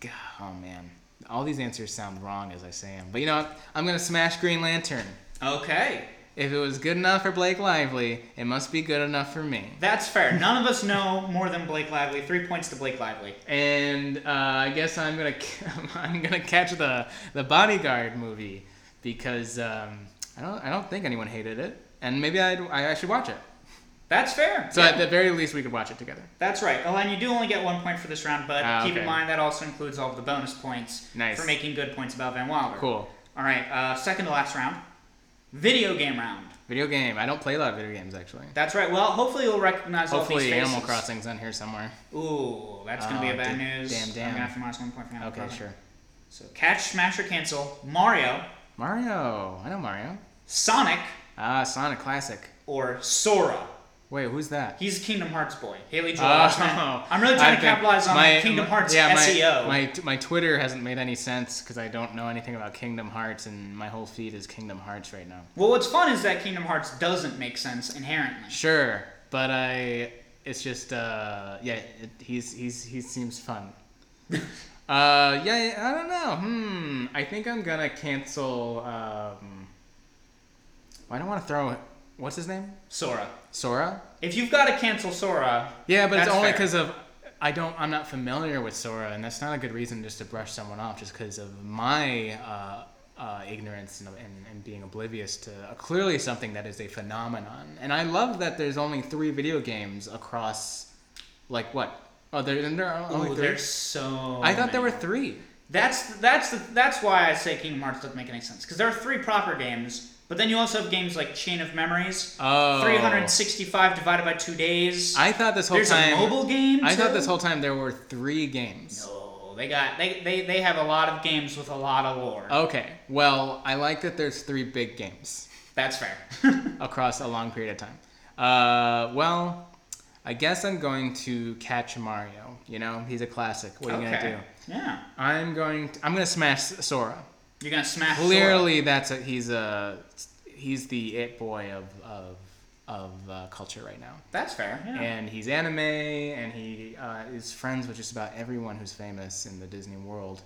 S2: Gah, Oh man, all these answers sound wrong as I say them, but you know what? I'm gonna smash Green Lantern.
S1: Okay.
S2: If it was good enough for Blake Lively, it must be good enough for me.
S1: That's fair. None of us know more than Blake Lively. Three points to Blake Lively.
S2: And uh, I guess I'm gonna [LAUGHS] I'm gonna catch the the Bodyguard movie because um, I don't I don't think anyone hated it, and maybe I'd, I I should watch it.
S1: That's fair.
S2: So
S1: Yeah.
S2: at the very least, we could watch it together.
S1: That's right. Oh, and you do only get one point for this round, but
S2: Ah,
S1: keep in
S2: okay.
S1: mind that also includes all of the bonus points
S2: Nice.
S1: for making good points about Van Wilder.
S2: Cool.
S1: All right, uh, second to last round, video game round.
S2: Video game. I don't play a lot of video games actually.
S1: That's right. Well, hopefully you'll recognize all
S2: Hopefully,
S1: these faces.
S2: Animal Crossing's on here somewhere.
S1: Ooh, that's gonna be
S2: Oh,
S1: a bad
S2: d-
S1: news.
S2: damn,
S1: I'm
S2: damn.
S1: gonna have to minus one point for Animal
S2: Okay,
S1: Crossing.
S2: sure.
S1: So catch, smash, or cancel Mario,
S2: Mario. I know Mario.
S1: Sonic,
S2: Ah, Sonic Classic.
S1: or Sora.
S2: Wait, who's that?
S1: He's a Kingdom Hearts boy. Haley Joel.
S2: Oh. [LAUGHS]
S1: Osment. I'm really trying
S2: I've
S1: to
S2: been-
S1: capitalize on
S2: my-
S1: Kingdom
S2: my-
S1: Hearts E
S2: yeah, my-
S1: SEO.
S2: My, t- my Twitter hasn't made any sense because I don't know anything about Kingdom Hearts, and my whole feed is Kingdom Hearts right now.
S1: well, what's fun is that Kingdom Hearts doesn't make sense inherently.
S2: Sure, but I. It's just uh, yeah. It, he's he's he seems fun. uh, yeah, yeah, I don't know. Hmm. I think I'm gonna cancel. Um, I don't want to throw. What's his name?
S1: Sora.
S2: Sora.
S1: If you've got to cancel Sora,
S2: Yeah, but
S1: That's
S2: it's only
S1: fair.
S2: because of I don't I'm not familiar with Sora, and that's not a good reason just to brush someone off just because of my uh, uh, ignorance and, and, and being oblivious to uh, clearly something that is a phenomenon. And I love that there's only three video games across, like what? Oh, there, there are only
S1: oh,
S2: three.
S1: there's so.
S2: I thought there were
S1: many.
S2: three.
S1: That's that's the, that's why I say Kingdom Hearts doesn't make any sense because there are three proper games, but then you also have games like Chain of Memories,
S2: Oh,
S1: 365 divided by two days.
S2: I thought this whole
S1: There's
S2: time.
S1: a mobile game.
S2: I thought
S1: too?
S2: this whole time there were three games.
S1: No, they got they, they they have a lot of games with a lot of lore.
S2: Okay, well, I like that there's three big games.
S1: That's fair. [LAUGHS]
S2: across a long period of time. Uh, well, I guess I'm going to catch Mario. You know, he's a classic. What are you
S1: Okay.
S2: gonna do?
S1: Yeah,
S2: I'm going. To, I'm gonna smash Sora.
S1: you're gonna smash. Sora.
S2: Clearly, that's a, he's a he's the it boy of of of uh, culture right now.
S1: That's fair. Yeah.
S2: And he's anime, and he uh, is friends with just about everyone who's famous in the Disney world.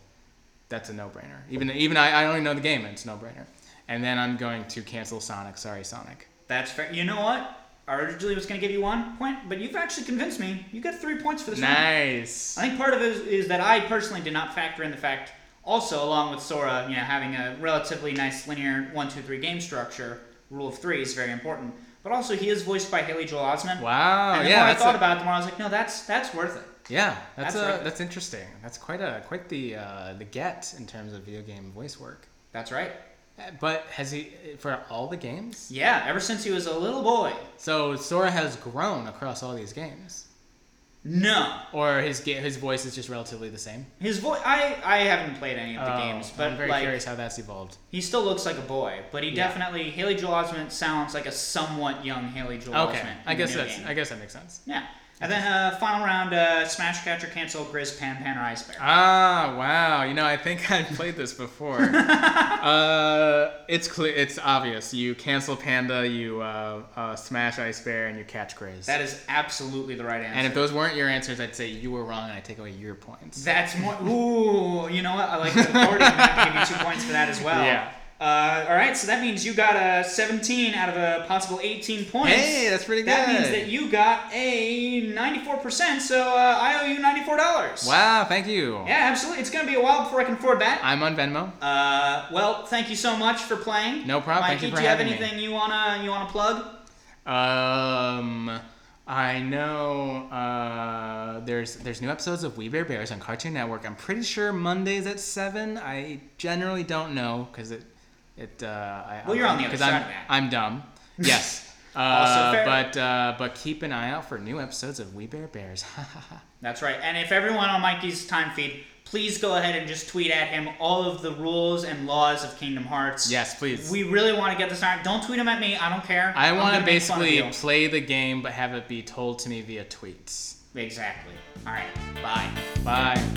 S2: That's a no-brainer. Even even I, I don't even know the game, and it's a no-brainer. And then I'm going to cancel Sonic. Sorry, Sonic.
S1: That's fair. You know what? I originally was gonna give you one point, but you've actually convinced me. You get three points for this round.
S2: Nice.
S1: I think part of it is, is that I personally did not factor in the fact, also along with Sora, you know, having a relatively nice linear one, two, three game structure, rule of three is very important. But also, he is voiced by Haley Joel Osment.
S2: Wow.
S1: And the
S2: yeah.
S1: more I
S2: that's
S1: thought
S2: a-
S1: about it, the more I was like, no, that's that's worth it.
S2: yeah.
S1: That's
S2: That's uh
S1: right.
S2: that's interesting. That's quite a quite the uh, the get in terms of video game voice work.
S1: That's right.
S2: Uh, But has he for all the games?
S1: Yeah, ever since he was a little boy.
S2: So Sora has grown across all these games,
S1: No,
S2: or his ga- his voice is just relatively the same.
S1: his voice. I I haven't played any of the
S2: Oh,
S1: games, but
S2: I'm very
S1: like
S2: curious how that's evolved.
S1: he still looks like a boy. But he
S2: Yeah.
S1: definitely Haley Joel Osment sounds like a somewhat young Haley Joel Osment.
S2: okay,
S1: in
S2: I
S1: the
S2: guess
S1: new
S2: that's
S1: game.
S2: I guess that makes sense.
S1: Yeah. And then uh, final round, uh, Smash Catcher Cancel, Grizz, Pan Pan, or Ice Bear.
S2: Ah, wow. You know, I think I played
S1: [LAUGHS]
S2: this before. uh, it's clear. It's obvious. You cancel Panda. You uh, uh, smash Ice Bear, and you catch Grizz.
S1: That is absolutely the right answer.
S2: And if those weren't your answers, I'd say you were wrong and I take away your points.
S1: That's more. Ooh, you know what? I like the authority. I'm happy to give you two points for that as well.
S2: Yeah.
S1: Uh, all right, so that means you got a 17 out of a possible 18 points.
S2: Hey, that's pretty
S1: That means
S2: good.
S1: that you got a 94%, so uh, I owe you $94.
S2: wow, thank you.
S1: Yeah, absolutely. It's going to be a while before I can afford that.
S2: I'm on Venmo.
S1: Uh, well, thank you so much for playing.
S2: No problem. Thank
S1: Mikey,
S2: you for
S1: do you have
S2: having me.
S1: anything you wanna you wanna plug?
S2: Um, I know uh, there's there's new episodes of We Bear Bears on Cartoon Network. I'm pretty sure Mondays at seven. I generally don't know because it it. Uh, I,
S1: Well, you're on the other
S2: 'cause
S1: side
S2: I'm,
S1: of that. [LAUGHS]
S2: I'm dumb. Yes. Uh,
S1: Also fair.
S2: But uh, but keep an eye out for new episodes of We Bear Bears. [LAUGHS]
S1: That's right. And if everyone on Mikey's time feed please go ahead and just tweet at him all of the rules and laws of Kingdom Hearts.
S2: Yes, please.
S1: We really want to get this on. Don't tweet them at me. I don't care.
S2: I
S1: I'm
S2: want
S1: gonna
S2: to
S1: make fun of
S2: basically
S1: you.
S2: play the game, but have it be told to me via tweets.
S1: Exactly. All right. Bye.
S2: Bye.